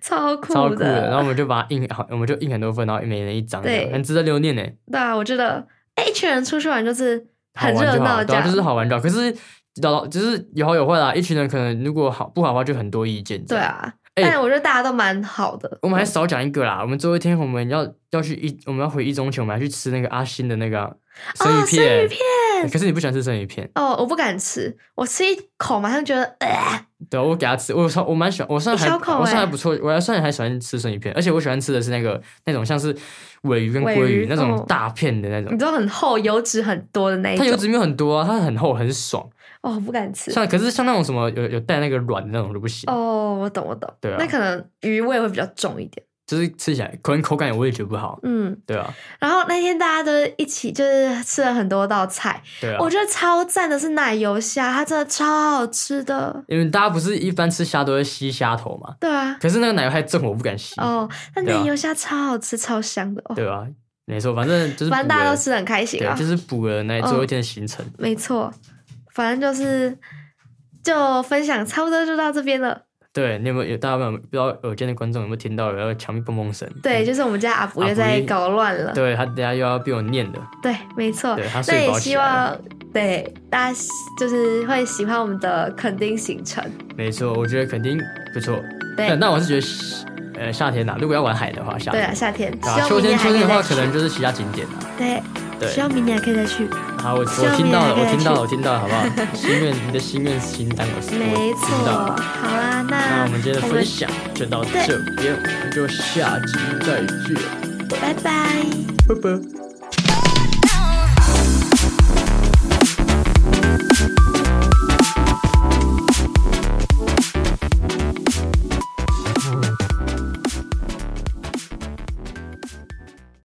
Speaker 1: 超酷
Speaker 2: 超
Speaker 1: 的。
Speaker 2: 酷的。然后我们就把它印好，我们就印很多份，然后每人一张，哎
Speaker 1: 对
Speaker 2: 这样很值得留念呢。
Speaker 1: 对啊，我觉得哎、一群人出去玩就是
Speaker 2: 好
Speaker 1: 很
Speaker 2: 玩
Speaker 1: 热
Speaker 2: 就好
Speaker 1: 闹，这
Speaker 2: 对啊，
Speaker 1: 样，
Speaker 2: 就是好玩就好。可是老老就是有好有坏啦，一群人可能如果好不好的话，就很多意见。
Speaker 1: 对，啊。
Speaker 2: 哎
Speaker 1: 但我觉得大家都蛮好的。哦
Speaker 2: 我们还少讲一个啦。我们最后一天我们要要去一，我们要回一中前，我们还去吃那个阿新的那个啊生
Speaker 1: 哦
Speaker 2: 鱼
Speaker 1: 生鱼
Speaker 2: 片。欸
Speaker 1: 片
Speaker 2: 可是你不喜欢吃生鱼片，
Speaker 1: 哦，我不敢吃，我吃一口马上觉得，呃、
Speaker 2: 对我给他吃，我超我蛮喜欢，我算还
Speaker 1: 一小口欸
Speaker 2: 我算还不错，我还算还喜欢吃生鱼片，而且我喜欢吃的是那个那种像是尾鱼跟
Speaker 1: 尾
Speaker 2: 鲑鱼
Speaker 1: 鱼
Speaker 2: 那种
Speaker 1: 哦
Speaker 2: 大片的那种
Speaker 1: 你，知道很厚，油脂很多的那一
Speaker 2: 它
Speaker 1: 种，
Speaker 2: 油脂没有很多啊，它很厚很爽。
Speaker 1: 哦，我不敢吃。
Speaker 2: 像可是像那种什么有有带那个软的那种就不行，
Speaker 1: 哦，我懂，我懂。
Speaker 2: 对啊
Speaker 1: 那可能鱼味会比较重一点。
Speaker 2: 就是吃起来可能口感我也觉得不好，
Speaker 1: 嗯，
Speaker 2: 对啊，
Speaker 1: 然后那天大家都一起就是吃了很多道菜，
Speaker 2: 对啊。
Speaker 1: 我觉得超赞的是奶油虾，它真的超好吃的。
Speaker 2: 因为大家不是一般吃虾都会吸虾头嘛，
Speaker 1: 对啊，
Speaker 2: 可是那个奶油太重，我不敢吸，
Speaker 1: 哦，那
Speaker 2: 对啊
Speaker 1: 奶油虾超好吃，超香的哦。
Speaker 2: 对吧？没错，反正就是
Speaker 1: 反正
Speaker 2: 补
Speaker 1: 大家
Speaker 2: 了
Speaker 1: 都吃的很开心
Speaker 2: 对，
Speaker 1: 啊
Speaker 2: 就。是补了那
Speaker 1: 嗯
Speaker 2: 最后一天的行程。
Speaker 1: 没错，反正就是就分享差不多就到这边了。
Speaker 2: 对，你有没有有大家有没有不知道耳尖的观众有没有听到有要墙壁砰砰声？
Speaker 1: 对，就是我们家阿
Speaker 2: 嗯阿
Speaker 1: 福
Speaker 2: 福
Speaker 1: 又在
Speaker 2: 一
Speaker 1: 搞乱了。
Speaker 2: 嗯对他等下又要被我念的，
Speaker 1: 对，没错。
Speaker 2: 对他
Speaker 1: 那
Speaker 2: 睡
Speaker 1: 也
Speaker 2: 饱起
Speaker 1: 希
Speaker 2: 来了。
Speaker 1: 望对大家就是会喜欢我们的垦丁行程。
Speaker 2: 没错，我觉得肯定不错。
Speaker 1: 对
Speaker 2: 但但我是觉得，呃，夏天呐、如果要玩海的话，夏
Speaker 1: 对
Speaker 2: 天
Speaker 1: 啊，。夏天，
Speaker 2: 对啊，
Speaker 1: 希望
Speaker 2: 秋
Speaker 1: 明
Speaker 2: 天秋天的
Speaker 1: 年还可以
Speaker 2: 话，
Speaker 1: 再
Speaker 2: 可
Speaker 1: 去。
Speaker 2: 能就是其他景点了。
Speaker 1: 对，
Speaker 2: 对
Speaker 1: 希望明年还可以再去。
Speaker 2: 好，我
Speaker 1: 希望
Speaker 2: 我听到了，
Speaker 1: 明
Speaker 2: 我
Speaker 1: 年还可以
Speaker 2: 听到了，
Speaker 1: 去
Speaker 2: 我听到了，好不好？ 心愿，你的心愿清单，我
Speaker 1: 没
Speaker 2: 我
Speaker 1: 错，
Speaker 2: 听到了。
Speaker 1: 好啦，
Speaker 2: 那
Speaker 1: 那
Speaker 2: 我们今天的
Speaker 1: 我
Speaker 2: 分享就到这边，我们就下集再见，
Speaker 1: 拜拜。
Speaker 2: 拜拜。